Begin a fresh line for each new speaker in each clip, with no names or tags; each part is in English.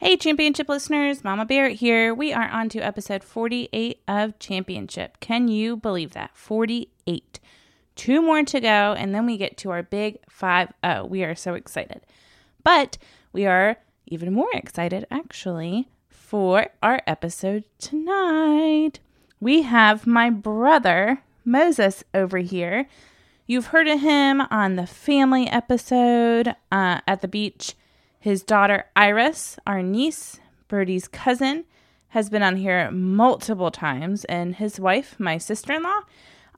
Hey, championship listeners, Mama Barrett here. We are on to episode 48 of Championship. Can you believe that? 48. Two more to go, and then we get to our big 5 0. We are so excited. But we are even more excited, actually, for our episode tonight. We have my brother, Moses, over here. You've heard of him on the family episode uh, at the beach. His daughter Iris, our niece, Birdie's cousin, has been on here multiple times, and his wife, my sister in law,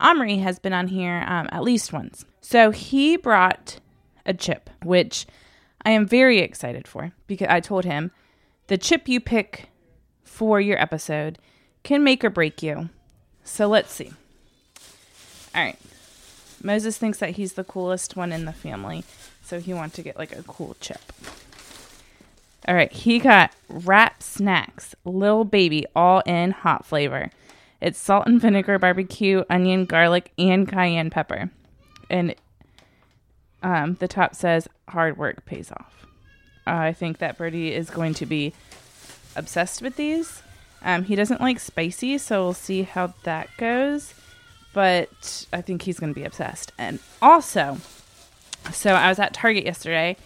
Omri, has been on here um, at least once. So he brought a chip, which I am very excited for because I told him the chip you pick for your episode can make or break you. So let's see. All right. Moses thinks that he's the coolest one in the family, so he wants to get like a cool chip. All right, he got wrap snacks, little baby, all in hot flavor. It's salt and vinegar, barbecue, onion, garlic, and cayenne pepper. And um, the top says hard work pays off. I think that Birdie is going to be obsessed with these. Um, he doesn't like spicy, so we'll see how that goes. But I think he's going to be obsessed. And also, so I was at Target yesterday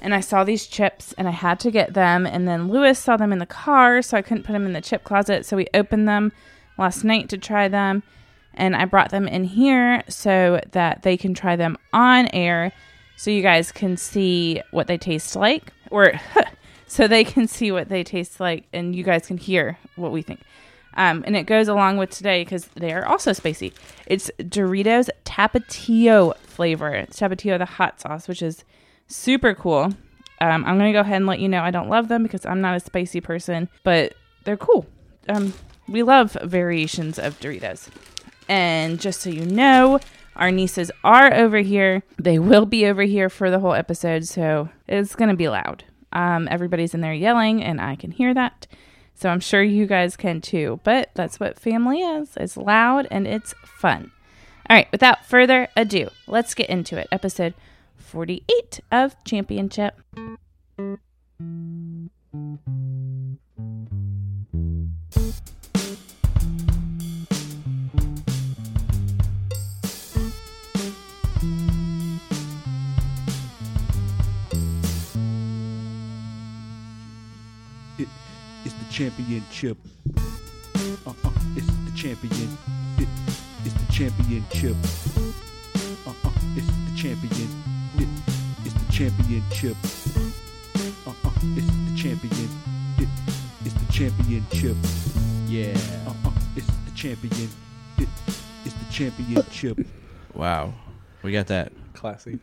and I saw these chips and I had to get them. And then Lewis saw them in the car, so I couldn't put them in the chip closet. So we opened them last night to try them. And I brought them in here so that they can try them on air so you guys can see what they taste like, or so they can see what they taste like and you guys can hear what we think. Um, and it goes along with today because they are also spicy. It's Doritos Tapatio flavor. It's Tapatio, the hot sauce, which is super cool. Um, I'm gonna go ahead and let you know I don't love them because I'm not a spicy person, but they're cool. Um, we love variations of Doritos. And just so you know, our nieces are over here. They will be over here for the whole episode, so it's gonna be loud. Um, everybody's in there yelling, and I can hear that. So I'm sure you guys can too. But that's what family is. It's loud and it's fun. All right, without further ado, let's get into it. Episode 48 of Championship.
It is the championship. Uh, uh, it's the champion. It is the championship. Uh, uh, it's the champion. It is the championship. Uh, uh, it's the champion. It is the championship. Yeah. Uh, uh, it's the champion. It is the championship.
Wow. We got that.
Classy.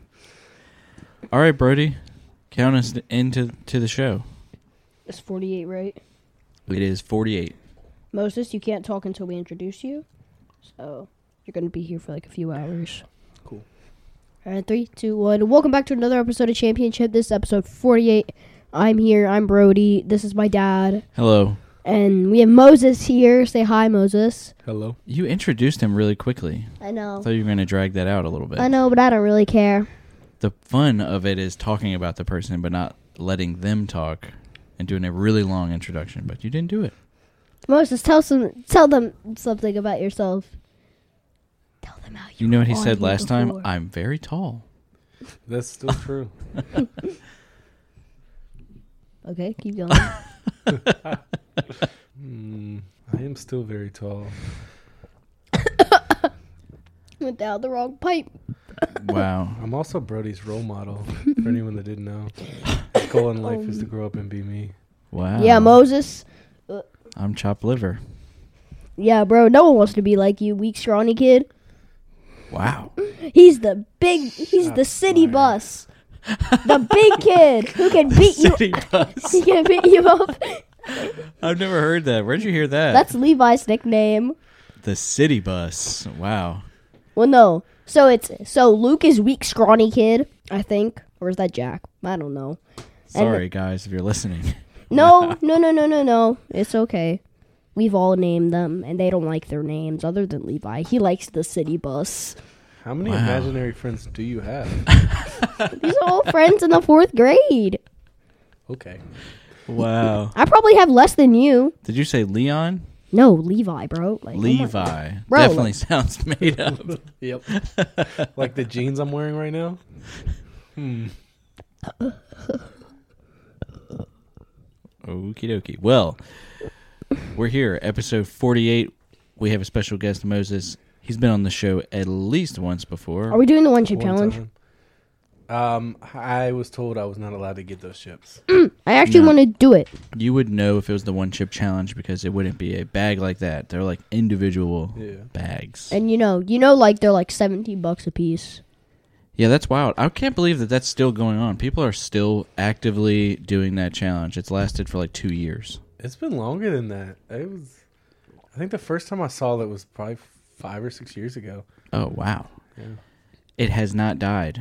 All right, Brody. Count us into to the show.
It's 48, right?
It is 48.
Moses, you can't talk until we introduce you. So you're going to be here for like a few hours.
Cool.
All right, three, two, one. Welcome back to another episode of Championship. This is episode 48. I'm here. I'm Brody. This is my dad.
Hello.
And we have Moses here. Say hi, Moses.
Hello.
You introduced him really quickly.
I know.
thought you were going to drag that out a little bit.
I know, but I don't really care.
The fun of it is talking about the person but not letting them talk and doing a really long introduction, but you didn't do it.
Moses, tell some, tell them something about yourself. Tell them how you.
You know what he
were on
said
here
last time?
Oh, before.
I'm very tall.
That's still true.
okay, keep going.
mm, I am still very tall.
Went down the wrong pipe.
Wow.
I'm also Brody's role model for anyone that didn't know. His goal in life is to grow up and be me.
Wow.
Yeah, Moses.
I'm chopped liver.
Yeah, bro. No one wants to be like you, weak, scrawny kid.
Wow.
He's the big. He's the
Shots
city
fired.
bus. The big kid who can beat you.
City bus.
He can beat you up.
I've never heard that. Where'd you hear that?
That's Levi's nickname.
the city bus. Wow.
Well, no. So it's so Luke is weak, scrawny kid. I think, or is that Jack? I don't know.
Sorry, guys, if you're listening.
No, no, no, no, no, no. It's okay. We've all named them, and they don't like their names other than Levi. He likes the city bus.
How many
Wow.
imaginary friends do you have?
These are all friends in the fourth grade.
Okay.
Wow.
I probably have less than you.
Did you say Leon?
No, Levi, bro. Like, oh my-
Levi.
Bro,
Definitely
like-
sounds made up.
Yep. like the jeans I'm wearing right now. Hmm.
Okie dokie. Well, we're here, episode 48. We have a special guest, Moses. He's been on the show at least once before.
Are we doing the one chip
One
challenge?
time. Um, I was told I was not allowed to get those chips.
I actually
No.
want to do it.
you would know if it was the one chip challenge because it wouldn't be a bag like that. They're like individual
Yeah.
bags.
And you know, you know, like they're like seventeen bucks a piece.
yeah, that's wild. I can't believe that that's still going on. People are still actively doing that challenge. It's lasted for like two years.
It's been longer than that. It was. I think the first time I saw that was probably five or six years ago.
Oh, wow.
Yeah.
It has not died.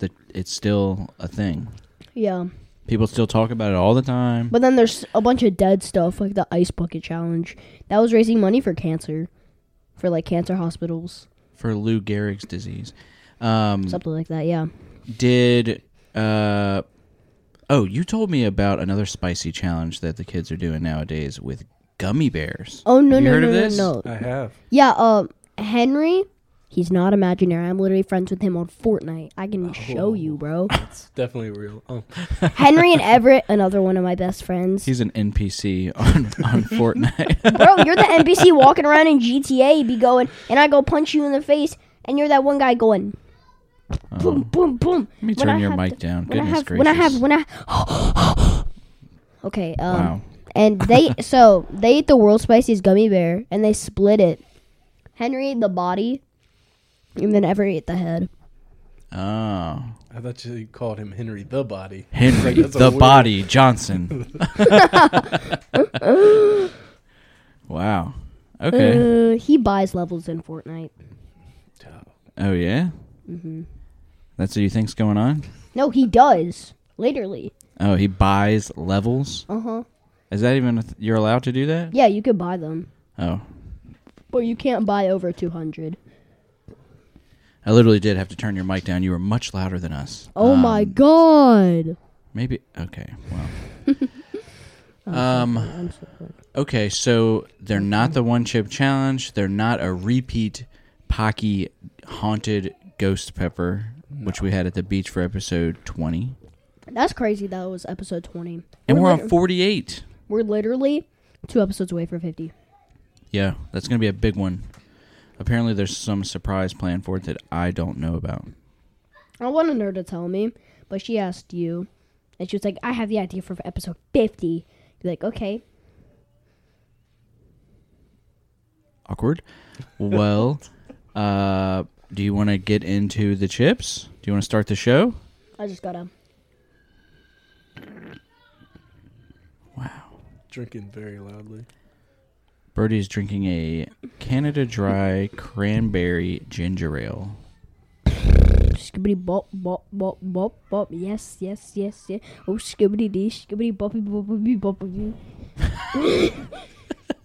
The, it's still a thing.
Yeah,
People still talk about it all the time.
but then there's a bunch of dead stuff like the ice bucket challenge. That was raising money for cancer, for like cancer hospitals,
for Lou Gehrig's disease. Um,
something like that. Yeah.
did uh, oh, you told me about another spicy challenge that the kids are doing nowadays with gummy bears.
Oh no
Have you
no
heard
no
of
no,
this?
no.
I have.
Yeah. Um, Henry, he's not imaginary. I'm literally friends with him on Fortnite. I can show
Oh.
you, bro.
It's definitely real. Oh,
Henry and Everett, another one of my best friends.
He's an NPC on on Fortnite.
Bro, you're the NPC walking around in GTA, be going, and I go punch you in the face, and you're that one guy going, boom, boom, boom.
Oh. Let me
When
turn
I
your
have
mic
to-
down.
When I
Goodness
have,
gracious!
when I have, when I. okay. Um,
wow.
And they, so they ate the world's spiciest gummy bear, and they split it. Henry ate the body, and then Everett ate the head.
Oh,
I thought you called him Henry the Body.
Henry
That's a
the
weird-
Body Johnson. wow. Okay.
Uh, he buys levels in Fortnite.
oh yeah.
Mm-hmm.
That's what you think's going on.
No, he does. Literally.
Oh, he buys levels.
Uh huh.
Is that even a th- you're allowed to do that?
Yeah, you could buy them,
Oh,
but you can't buy over 200.
I literally did have to turn your mic down. You were much louder than us.
Oh
Um,
my god.
Maybe okay. Well.
Oh.
um.
I'm so sorry.
Okay, so they're not the one chip challenge. They're not a repeat Pocky haunted ghost pepper, which we had at the beach for episode twenty,
That's crazy. That was episode 20.
and we're
lit-
on forty eight.
we're literally two episodes away from 50.
Yeah, that's gonna be a big one. Apparently, there's some surprise plan for it that I don't know about.
I wanted her to tell me, but she asked you, and she was like, I have the idea for episode 50. You're like, okay.
Awkward. Well, uh, do you want to get into the chips? Do you want to start the show?
I just gotta.
Drinking very loudly.
Birdie's drinking a Canada Dry cranberry ginger ale.
Skibbity bop, bop, bop, bop, bop. Yes, yes, yes, yes. Oh, skibbity dee, skibbity boppy, boppy, boppy.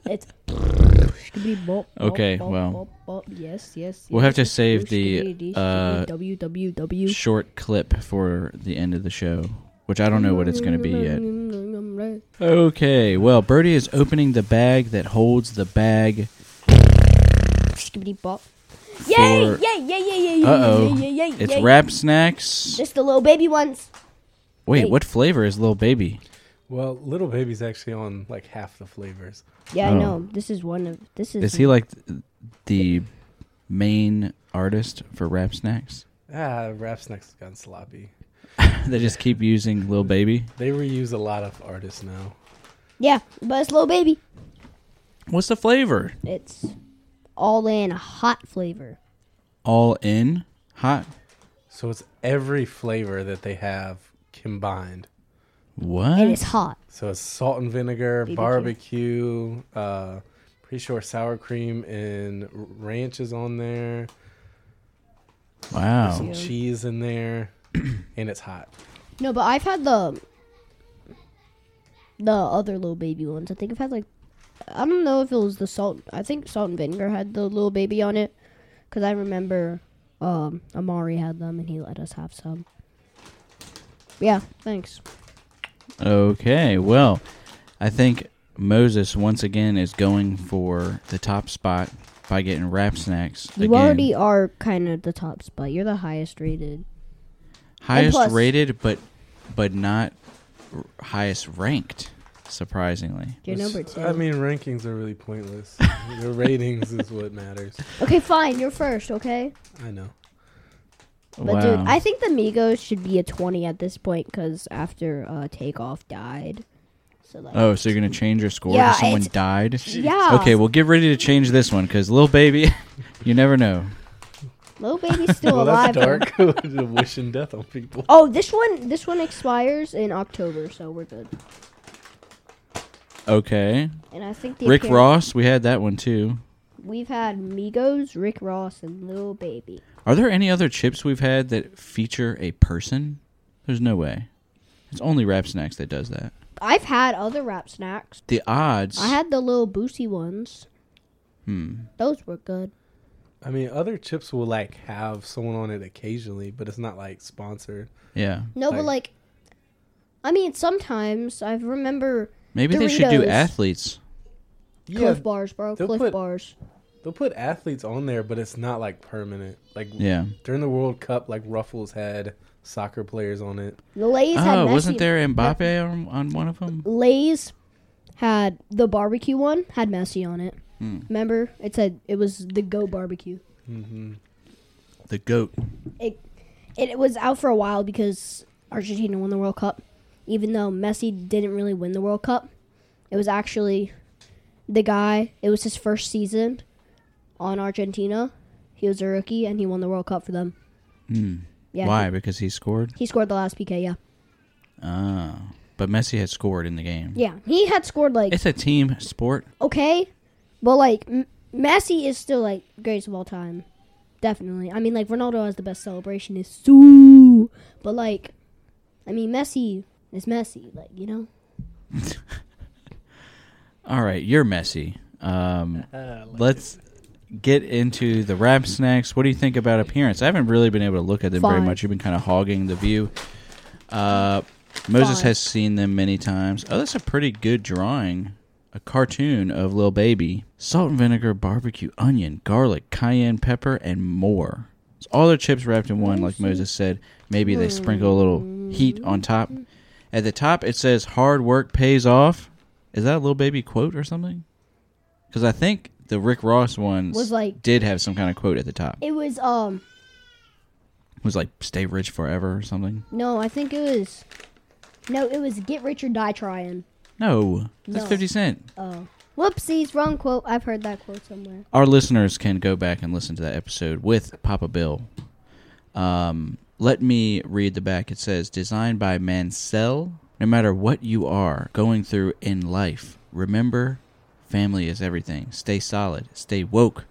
It's. Skibbity bop. bop,
Okay,
bop,
well.
Bop, bop. Yes, yes,
We'll have to
yes.
save
Oh,
the,
skibbity-dee,
uh,
skibbity www.
Short clip for the end of the show, which I don't know what it's going to be yet.
yet.
Okay, well, Birdie is opening the bag that holds the bag.
Skibbity bop. Yay!
For-
Yay! Yay! Yay! Yay!
Uh oh.
Yay! Yay! Yay!
It's
yay.
wrap snacks.
Just the little baby ones.
Wait, what flavor is Little Baby?
Well, little baby's actually on like half the flavors.
Yeah,
Oh.
I know. This is one of. This is.
Is he like th- the main artist for wrap snacks?
Ah, rap snacks has gotten sloppy.
they just keep using Little Baby.
They reuse a lot of artists now.
Yeah, but it's little baby.
What's the flavor?
It's all in hot flavor.
All in hot.
So it's every flavor that they have combined.
What?
And it's hot.
So it's salt and vinegar,
BBQ.
barbecue, uh, pretty sure sour cream and r- ranch is on there,
Wow.
some cheese in there, and it's hot.
No, but I've had the the other little baby ones. I think I've had like I don't know if it was the salt. I think salt and vinegar had the little baby on it because I remember um Amari had them and he let us have some. Yeah, thanks.
Okay, well, I think Moses once again is going for the top spot by getting rap snacks.
You
again.
already are kind of the top spot. You're the highest rated.
highest
plus-
rated, but but not r- highest ranked. Surprisingly,
You're
It's-
number two.
I mean, rankings are really pointless. the ratings is what matters.
okay, fine. You're first. Okay.
I know.
But dude, I think the Migos should be a twenty at this point because after uh, Takeoff died, so like
oh, so you're gonna change your score?
Yeah,
if someone
it's- Oh.
died.
yeah,
Okay, well, get ready to change this one because little baby, you never know.
Lil Baby's still
well,
alive.
that's dark. The wishing death on people.
Oh, this one, this one expires in October, so we're good.
Okay,
And I think the
Rick
appear-
Ross, we had that one too.
We've had Migos, Rick Ross, and Lil Baby.
Are there any other chips we've had that feature a person? There's no way. It's only Rap Snacks that does that.
I've had other rap snacks.
The odds.
I had the little Boosie ones.
hmm.
Those were good.
I mean, other chips will like have someone on it occasionally, but it's not like sponsored.
Yeah.
No, but like, I mean, sometimes I remember
Maybe they should do
Doritos.
athletes.
Cliff Bars, bro.
they'll
Cliff
put-
Bars.
they'll put athletes on there, but it's not like permanent. Like
Yeah.
during the World Cup, like Ruffles had soccer players on it.
The Lay's had
Oh,
Messi.
wasn't there Mbappe on, on one of them?
Lay's had the barbecue one had Messi on it.
Hmm.
Remember, it said it was the Go Barbecue.
hmm
The goat.
It, it was out for a while because Argentina won the World Cup, even though Messi didn't really win the World Cup. It was actually the guy. It was his first season on Argentina. He was a rookie and he won the World Cup for them.
Hmm.
Yeah,
Why? Because he scored.
He, he scored the last PK. Yeah,
Oh, but Messi had scored in the game.
yeah. He had scored like
It's a team sport.
okay, but like M- Messi is still like greatest of all time, definitely. I mean, like Ronaldo has the best celebration is so, but like, I mean Messi is Messi, like you know.
All right, you're Messi. Um, let's get into the wrap snacks. What do you think about appearance? I haven't really been able to look at them very
Fine.
much. You've been kind of hogging the view. Uh, Moses
Fine.
has seen them many times. Oh, that's a pretty good drawing. A cartoon of Lil Baby. Salt and vinegar, barbecue, onion, garlic, cayenne pepper, and more. It's all their chips wrapped in one, like Moses said. Maybe they sprinkle a little heat on top. At the top, it says "Hard work pays off." Is that a little baby quote or something? Because I think the Rick Ross ones
Was like-
did have some kind of quote at the top. It
It was um
was like "Stay rich forever" or something.
no, I think it was no, it was get rich or die trying.
No, that's
No.
Fifty Cent.
Oh, whoopsies, wrong quote. I've heard that quote somewhere.
Our listeners can go back and listen to that episode with Papa Bill. Um, let me read the back. It says, "Designed by Mansell." No matter what you are going through in life, remember, family is everything. Stay solid. Stay woke.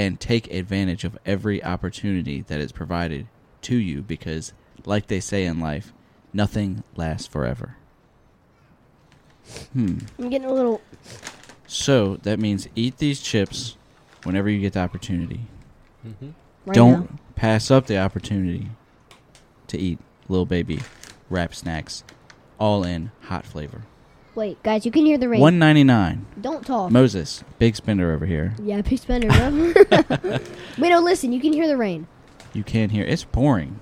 and take advantage of every opportunity that is provided to you because, like they say in life, nothing lasts forever. Hmm.
I'm getting a little.
So that means eat these chips whenever you get the opportunity.
hmm
Right
Don't
now.
pass up the opportunity to eat little baby wrap snacks, all in hot flavor.
wait, guys. You can hear the rain.
One ninety nine.
Don't talk.
Moses, big spender over here.
yeah, big spender, bro. Wait, no, listen. You can hear the rain.
You can't hear. It's pouring.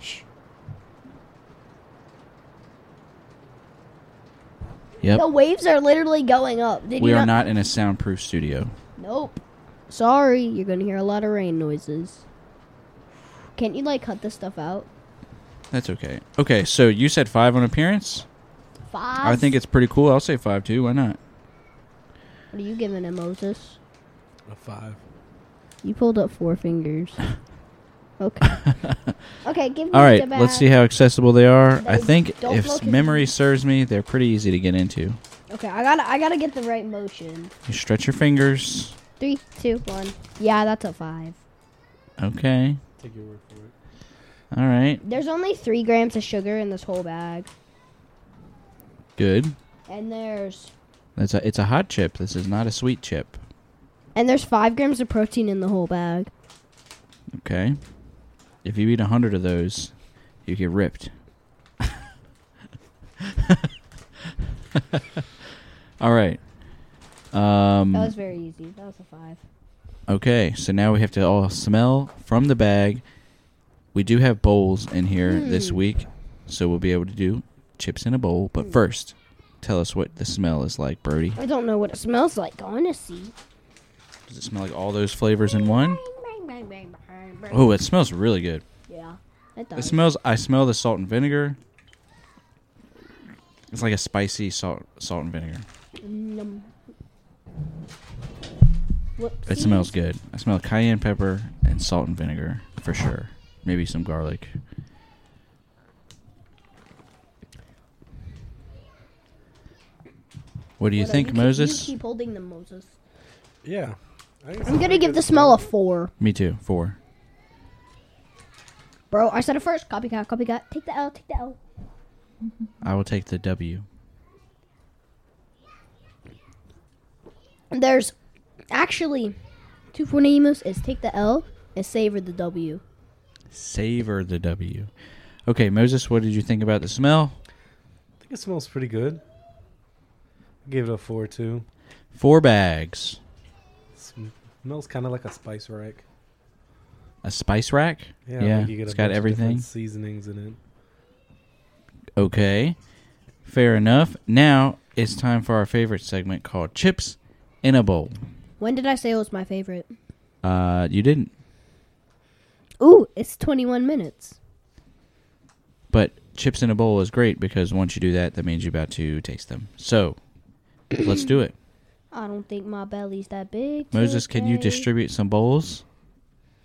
Yep.
The waves are literally going up. Did
we
you
are not in a soundproof studio.
Nope. Sorry, you're gonna hear a lot of rain noises. Can't you like cut this stuff out?
That's okay. Okay, so you said five on appearance.
Five.
I think it's pretty cool. I'll say five too. Why not?
What are you giving him, Moses?
A five.
You pulled up four fingers. Okay. okay, give me
All right,
the back.
let's see how accessible they are. I
Don't-
think
don't
if
look at
memory
me.
serves me, they're pretty easy to get into.
Okay, I gotta I gotta get the right motion.
You stretch your fingers.
Three, two, one. Yeah, that's a five.
Okay.
Take your word for it.
All right.
There's only three grams of sugar in this whole bag,
Good.
and there's
That's a, it's a hot chip. This is not a sweet chip.
and there's five grams of protein in the whole bag.
Okay. If you eat a hundred of those, you get ripped. All right. Um,
That was very easy. That was a five.
Okay, so now we have to all smell from the bag. We do have bowls in here this week, so we'll be able to do chips in a bowl. But first, tell us what the smell is like, Brody.
I don't know what it smells like. I want to see.
Does it smell like all those flavors in one? Oh, it smells really good.
Yeah. It
It
does.
smells. I smell the salt and vinegar. It's like a spicy salt, salt and vinegar.
Num.
It
Whoopsies.
smells good. I smell cayenne pepper and salt and vinegar for sure. Maybe some garlic. What do you
Whatever.
think,
keep-
Moses?
you keep holding them, Moses.
Yeah. I think it's
I'm
a
gonna
pretty
give
good
the smell a four,
Me too. Four.
bro. I said it first. Copycat, copycat. Take the L, take the L.
I will take the W.
There's actually two fornimos is take the L and savor the W.
Savor the W. Okay, Moses, what did you think about the smell?
I think it smells pretty good. I gave it a four too.
Four bags.
Sm- smells kind of like a spice rack.
A spice rack?
Yeah, like you get
it's
a
got
bunch of different
everything.
seasonings in it.
Okay. Fair enough. Now it's time for our favorite segment called Chips in a Bowl.
When did I say it was my favorite?
Uh, you didn't.
Ooh, it's 21 minutes.
But chips in a bowl is great because once you do that, that means you're about to taste them. So let's do it.
I don't think my belly's that big.
Moses, can you
today.
distribute some bowls?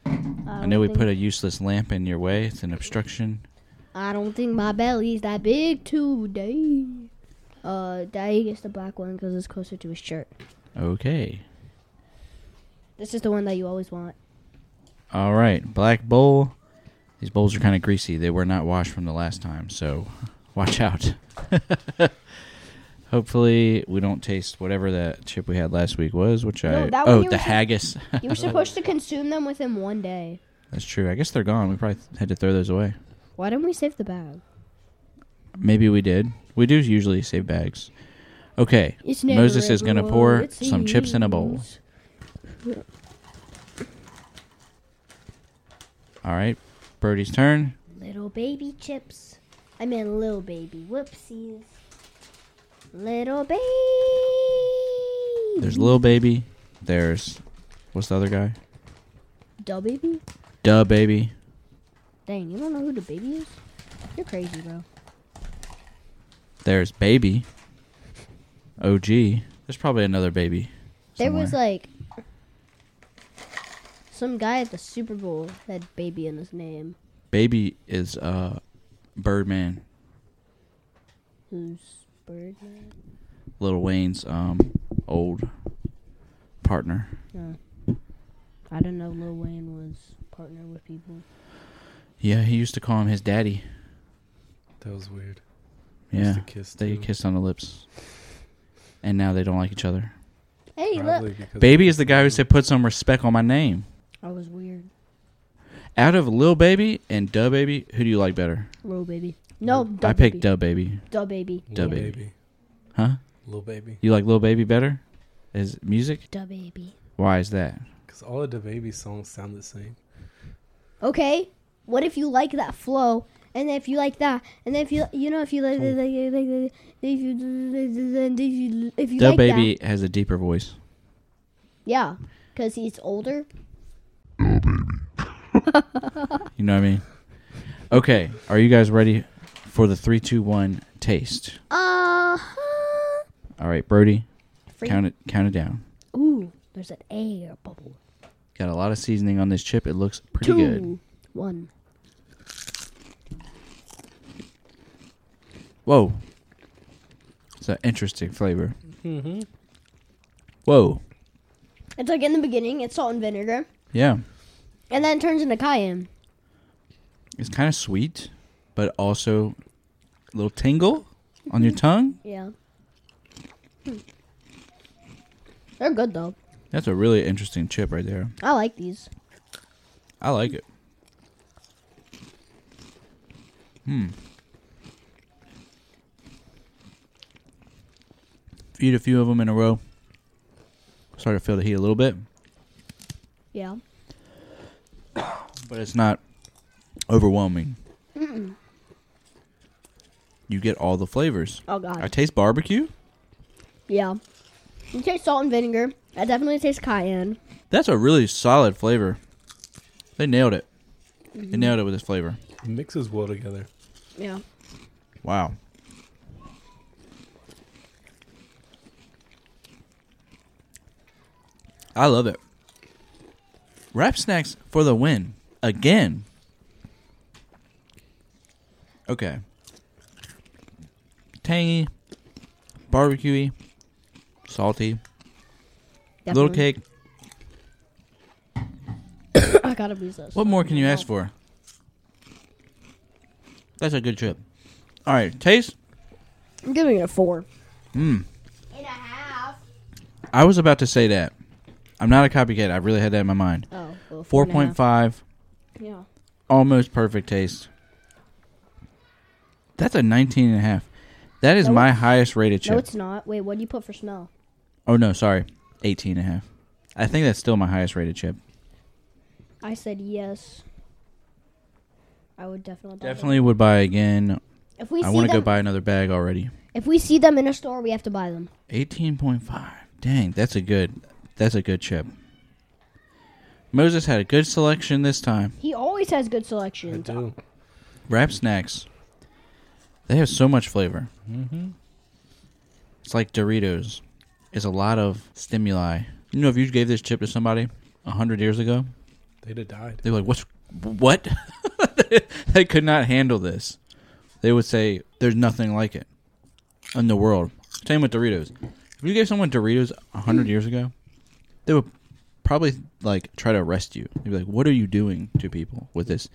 I know we
don't
put a
think-
useless lamp in your way. It's an obstruction.
I don't think my belly's that big today. Uh, Daddy gets the black one because it's closer to his shirt.
Okay.
This is the one that you always want.
All right. Black bowl. These bowls are kind of greasy. They were not washed from the last time, so watch out. Hopefully, we don't taste whatever that chip we had last week was, which
No,
I
that one
oh
you
the
were-
haggis.
You were supposed to consume them within one day.
That's true. I guess they're gone. We probably had to throw those away.
Why didn't we save the bag?
Maybe we did. We do usually save bags. Okay. Moses is going to pour some chips in a bowl. All right. Brody's turn.
Little baby chips. I mean, little baby whoopsies. Little baby.
There's Lil Baby. There's. What's the other guy?
Da baby?
Duh Baby.
Dang, you don't know who the baby is? You're crazy, bro.
There's Baby. OG. There's probably another baby.
There was
somewhere.
like some guy at the Super Bowl had baby in his name.
Baby is uh, Birdman.
Who's Birdman?
Little Wayne's um, old partner.
I didn't know Lil Wayne was partnered with people.
Yeah, he used to call him his daddy.
That was weird.
Yeah.
Used to kiss
They
too.
kissed on the lips. And now they don't like each other.
Hey,
Probably
look.
because
Baby is the guy who said put some respect on my name.
I was weird.
Out of Lil Baby and Dub Baby, who do you like better?
Lil baby. No, da
I picked
baby.
Dub Baby.
Da baby.
little
Baby.
baby,
Huh?
little baby,
You like Lil Baby better? Is it music?
Da baby.
Why is that?
because all of the baby songs sound the same.
Okay. What if you like that flow? And if you like that, and if you you know if you like like- like- like- like- if you if you if you
Dub
like
Baby has a deeper voice.
that, yeah, because he's older.
You know what I mean? Okay, are you guys ready for the three, two, one taste?
Uh huh.
All right, Brody,
Free.
count it count it down.
Ooh, there's an air bubble.
Got a lot of seasoning on this chip. It looks pretty
Two,
good.
one.
Whoa. It's an interesting flavor. Whoa.
It's like in the beginning, it's salt and vinegar,
Yeah.
and then it turns into cayenne.
It's kind of sweet, but also a little tingle on your tongue.
Yeah. Hmm. They're good though.
That's a really interesting chip right there.
I like these.
I like it. Hmm. eat a few of them in a row, start to feel the heat a little bit,
Yeah.
but it's not overwhelming. You get all the flavors.
Oh god.
I taste barbecue.
yeah. You taste salt and vinegar. I definitely taste cayenne.
That's a really solid flavor. They nailed it. They nailed it with this flavor.
mixes well together.
Yeah.
Wow. I love it. Wrap snacks for the win. Again. Okay. Tangy, barbecuey, salty,
Definitely.
little cake.
I gotta abuse this.
What more can you ask for? That's a good chip. All right, taste.
I'm giving it a four.
Mmm.
And a half.
I was about to say that. I'm not a copycat. I really had that in my mind.
Oh. well, four
Four
and a
point
half.
five,
Yeah.
almost perfect taste. That's a 19 and a half. That is
No,
my highest rated chip.
No, it's not. Wait, what do you put for smell?
oh no, sorry, 18 and a half. I think that's still my highest rated chip.
I said yes. I would definitely. buy them.
Definitely would buy again.
If we
I
see
want to go
them,
buy another bag already.
if we see them in a store, we have to buy them.
18.5. Dang, that's a good. That's a good chip. Moses had a good selection this time.
He always has good
I
selection.
do.
Wrap snacks. They have so much flavor. Mm-hmm. It's like Doritos. It's a lot of stimuli. You know, if you gave this chip to somebody a hundred years ago,
They'd have died.
they were like, "What's what?" they could not handle this. They would say, "There's nothing like it in the world." Same with Doritos. If you gave someone Doritos a hundred years ago, they would probably like try to arrest you. They'd be like, "What are you doing to people with this?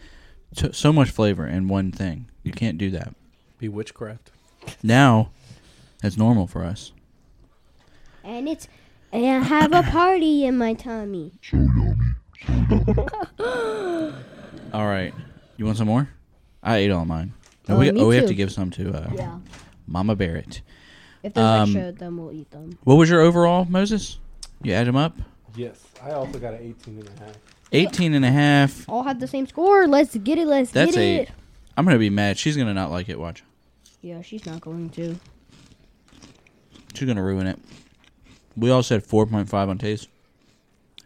T- so much flavor in one thing. You can't do that."
Be witchcraft.
Now, that's normal for us.
And it's and I have a party in my tummy.
All right, you want some more? I ate all mine.
Oh,
we,
me
oh, we have
too.
to give some to uh,
Yeah.
Mama Barrett.
If there's
Um,
extra, then we'll eat them.
What was your overall, Moses? You add them up?
Yes. I also got an 18 and a half.
18 and a half.
All have the same score. Let's get it. Let's
That's
get
a.
it.
am going to be mad. She's going to not like it. Watch.
Yeah, she's not going to.
She's going to ruin it. We all said 4.5 on taste.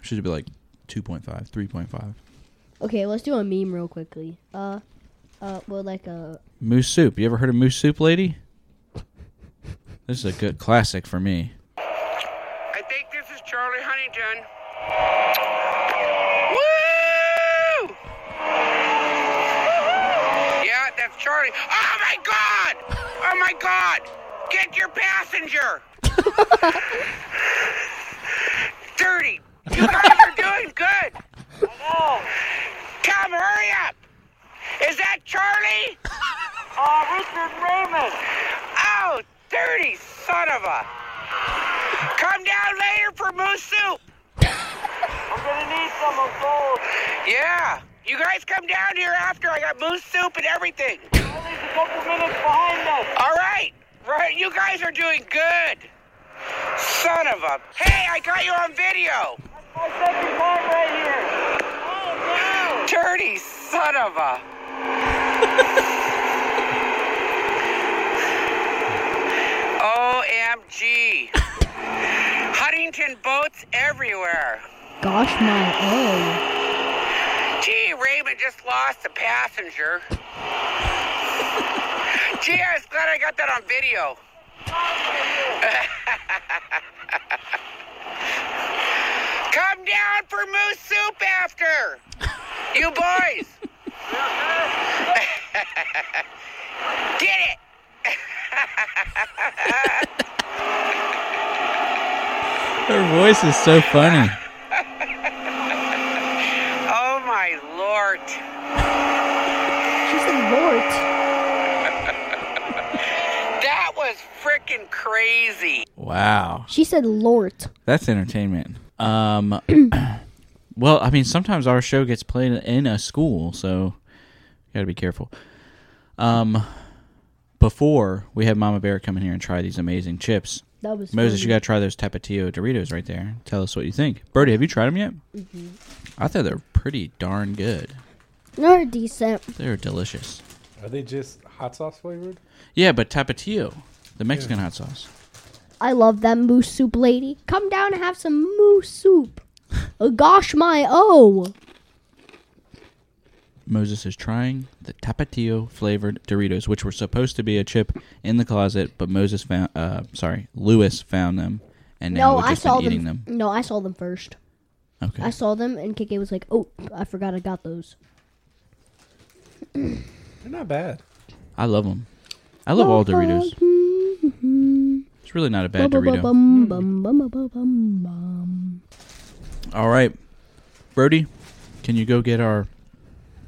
She's going to be like 2.5, 3.5.
Okay, let's do a meme real quickly. Uh, uh, well, like a
Moose soup. You ever heard of moose soup, lady? This is a good classic for me.
I think this is Charlie Huntington. Woo! Yeah, that's Charlie. Oh my God! Oh my God! Get your passenger! Dirty! You guys are doing good! I know. Come, hurry up! Is that Charlie? Oh, this is Raymond. Oh, dirty son of a. Come down later for moose soup. I'm gonna need some of those. Yeah. You guys come down here after I got moose soup and everything. Charlie's a couple minutes behind us. All right. Right. You guys are doing good. Son of a. Hey, I got you on video. That's my second time right here. Oh, no. Dirty son of a. OMG. Huntington boats everywhere.
gosh my oh.
Gee, Raymond just lost a passenger. Gee, I was glad I got that on video. Come down for moose soup after. You boys. Get it.
Her voice is so funny.
Oh my lord.
She said Lort.
That was freaking crazy.
Wow.
She said Lort.
That's entertainment. Um, well, I mean, sometimes our show gets played in a school, so got to be careful. Um, before we had Mama Bear come in here and try these amazing chips,
That was
Moses,
fun.
you got to try those Tapatio Doritos right there. Tell us what you think. Birdie, have you tried them yet? I thought they're pretty darn good.
They're decent.
They're delicious.
Are they just hot sauce flavored?
Yeah, but Tapatio, the Mexican hot sauce.
I love that moose soup lady. Come down and have some moose soup. oh, gosh, my oh.
Moses is trying the Tapatio flavored Doritos, which were supposed to be a chip in the closet, but Moses found, uh, sorry, Lewis found them, and now
No,
we've
I
just
saw
been eating
them.
them.
No, I saw them first.
Okay.
I saw them, and KK was like, "Oh, I forgot I got those."
They're not bad.
I love them. I love all Doritos. It's really not a bad Dorito.
Bum, bum, bum, bum, bum, bum.
All right, Brody, can you go get our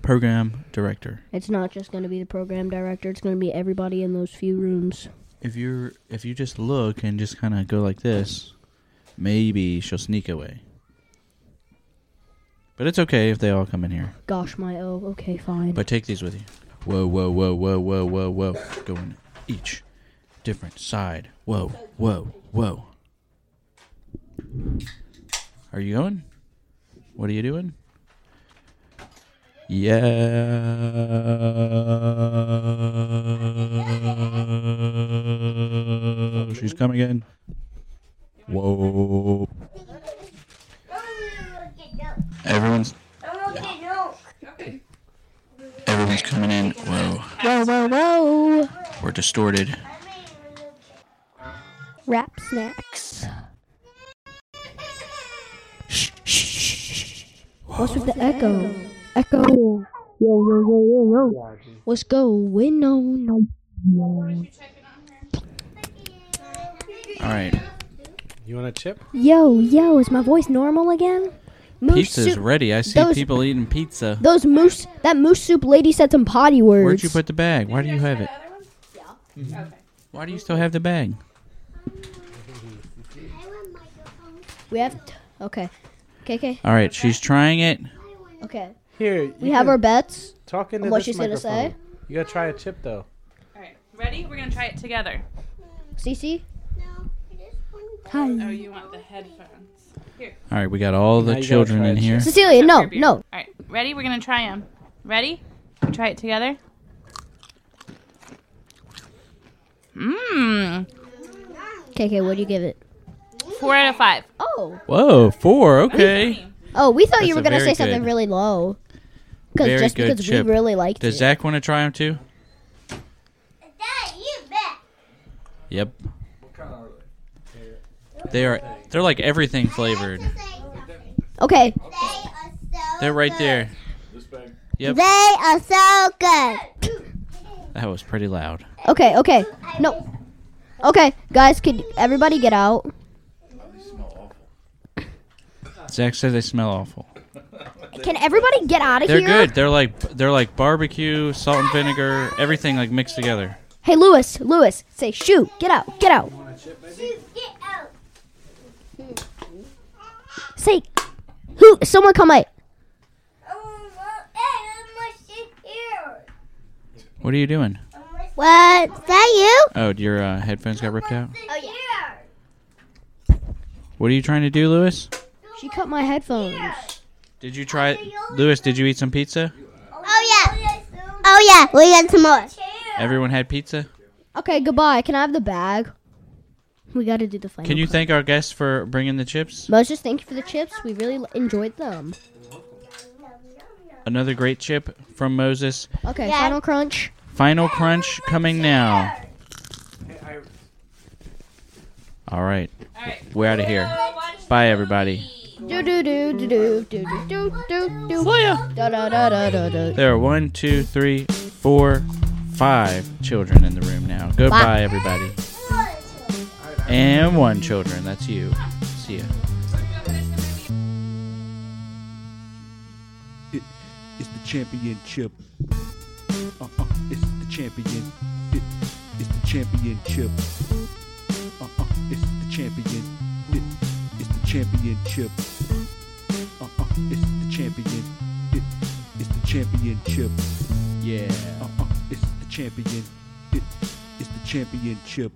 program director?
It's not just going to be the program director. It's going to be everybody in those few rooms.
If you're if you just look and just kind of go like this, maybe she'll sneak away. But it's okay if they all come in here.
Gosh, my oh. Okay, fine.
But take these with you. Whoa, whoa, whoa, whoa, whoa, whoa, whoa. Going each different side. Whoa, whoa, whoa. Are you going? What are you doing? Yeah. She's coming in. Whoa. Everyone's everyone's coming in. Whoa.
whoa, whoa, whoa!
We're distorted.
Wrap snacks. What's with the echo? Echo. Yo, yo, yo, yo, yo. What's going on? No.
All right.
You want a chip?
Yo, yo, is my voice normal again? Moose
Pizza's
soup-
ready. I see
those-
people eating pizza.
Those moose, that moose soup lady said some potty words.
Where'd you put the bag? Why do you have it? Mm-hmm. Why do you still have the bag?
We have. T- okay. Okay, okay,
All right, she's trying it.
okay.
Here, you
We have our bets.
talking
on
to
what
this
she's gonna
microphone.
say.
You gotta try a chip though.
All right, ready? We're gonna try it together.
Cece?
Oh, you want the headphones? Here.
All right, we got all
Now
the
you gotta
children
try
in
it.
here.
Cecilia, no,
Beer.
no.
All right, ready? We're gonna try them. Ready? Try it together. Mmm.
KK, what do you give it?
Four out of five.
Oh.
Whoa, four. Okay.
Oh, we thought
That's
you were
a
going to
very
say something
good-
really low. Cause
very
just
good
because
chip.
we really liked
Does
it.
Zach want to try them too?
Dad, you bet.
Yep. They are. They're like everything flavored.
Say something.
okay,
They are so
They're right
good.
there. Yep.
They are so good.
That was pretty loud.
okay, okay. No. Okay, guys, could everybody get out?
Zach says they smell awful.
Can everybody get out of
They're
here?
good. They're like they're like barbecue, salt and vinegar, everything like mixed together.
Hey, Lewis, Lewis, say shoot, get out, get out.
Shoot, get out.
Say, who? Someone come out.
I'm gonna sit here.
What are you doing?
What? Is that you?
Oh, your uh, headphones got ripped out.
Oh, yeah.
What are you trying to do, Lewis?
She cut my headphones.
Did you try, Lewis? Did you eat some pizza?
Oh, yeah. Oh, yeah. We got some more.
Everyone had pizza.
Okay, goodbye. Can I have the bag? We got to do the final.
Can you thank our guests for bringing the chips?
Moses, thank you for the chips. We really l- enjoyed them.
Another great chip from Moses.
Okay,
Yeah.
final crunch.
Final crunch coming now. All right,
All right.
we're out of here. Bye, everybody.
Do do do do do do do do do do. Da da da da da da.
There are one, two, three, four, five children in the room now. Goodbye, everybody. And one children. That's you. See ya.
It, it's the championship. Uh-uh, it's the champion. It, it's the championship. Uh-uh, it's the champion. It, it's the championship. Uh-uh, it's the champion. It, it's the championship. Uh,
Yeah.
Uh-uh, it's the champion. It, it's the championship.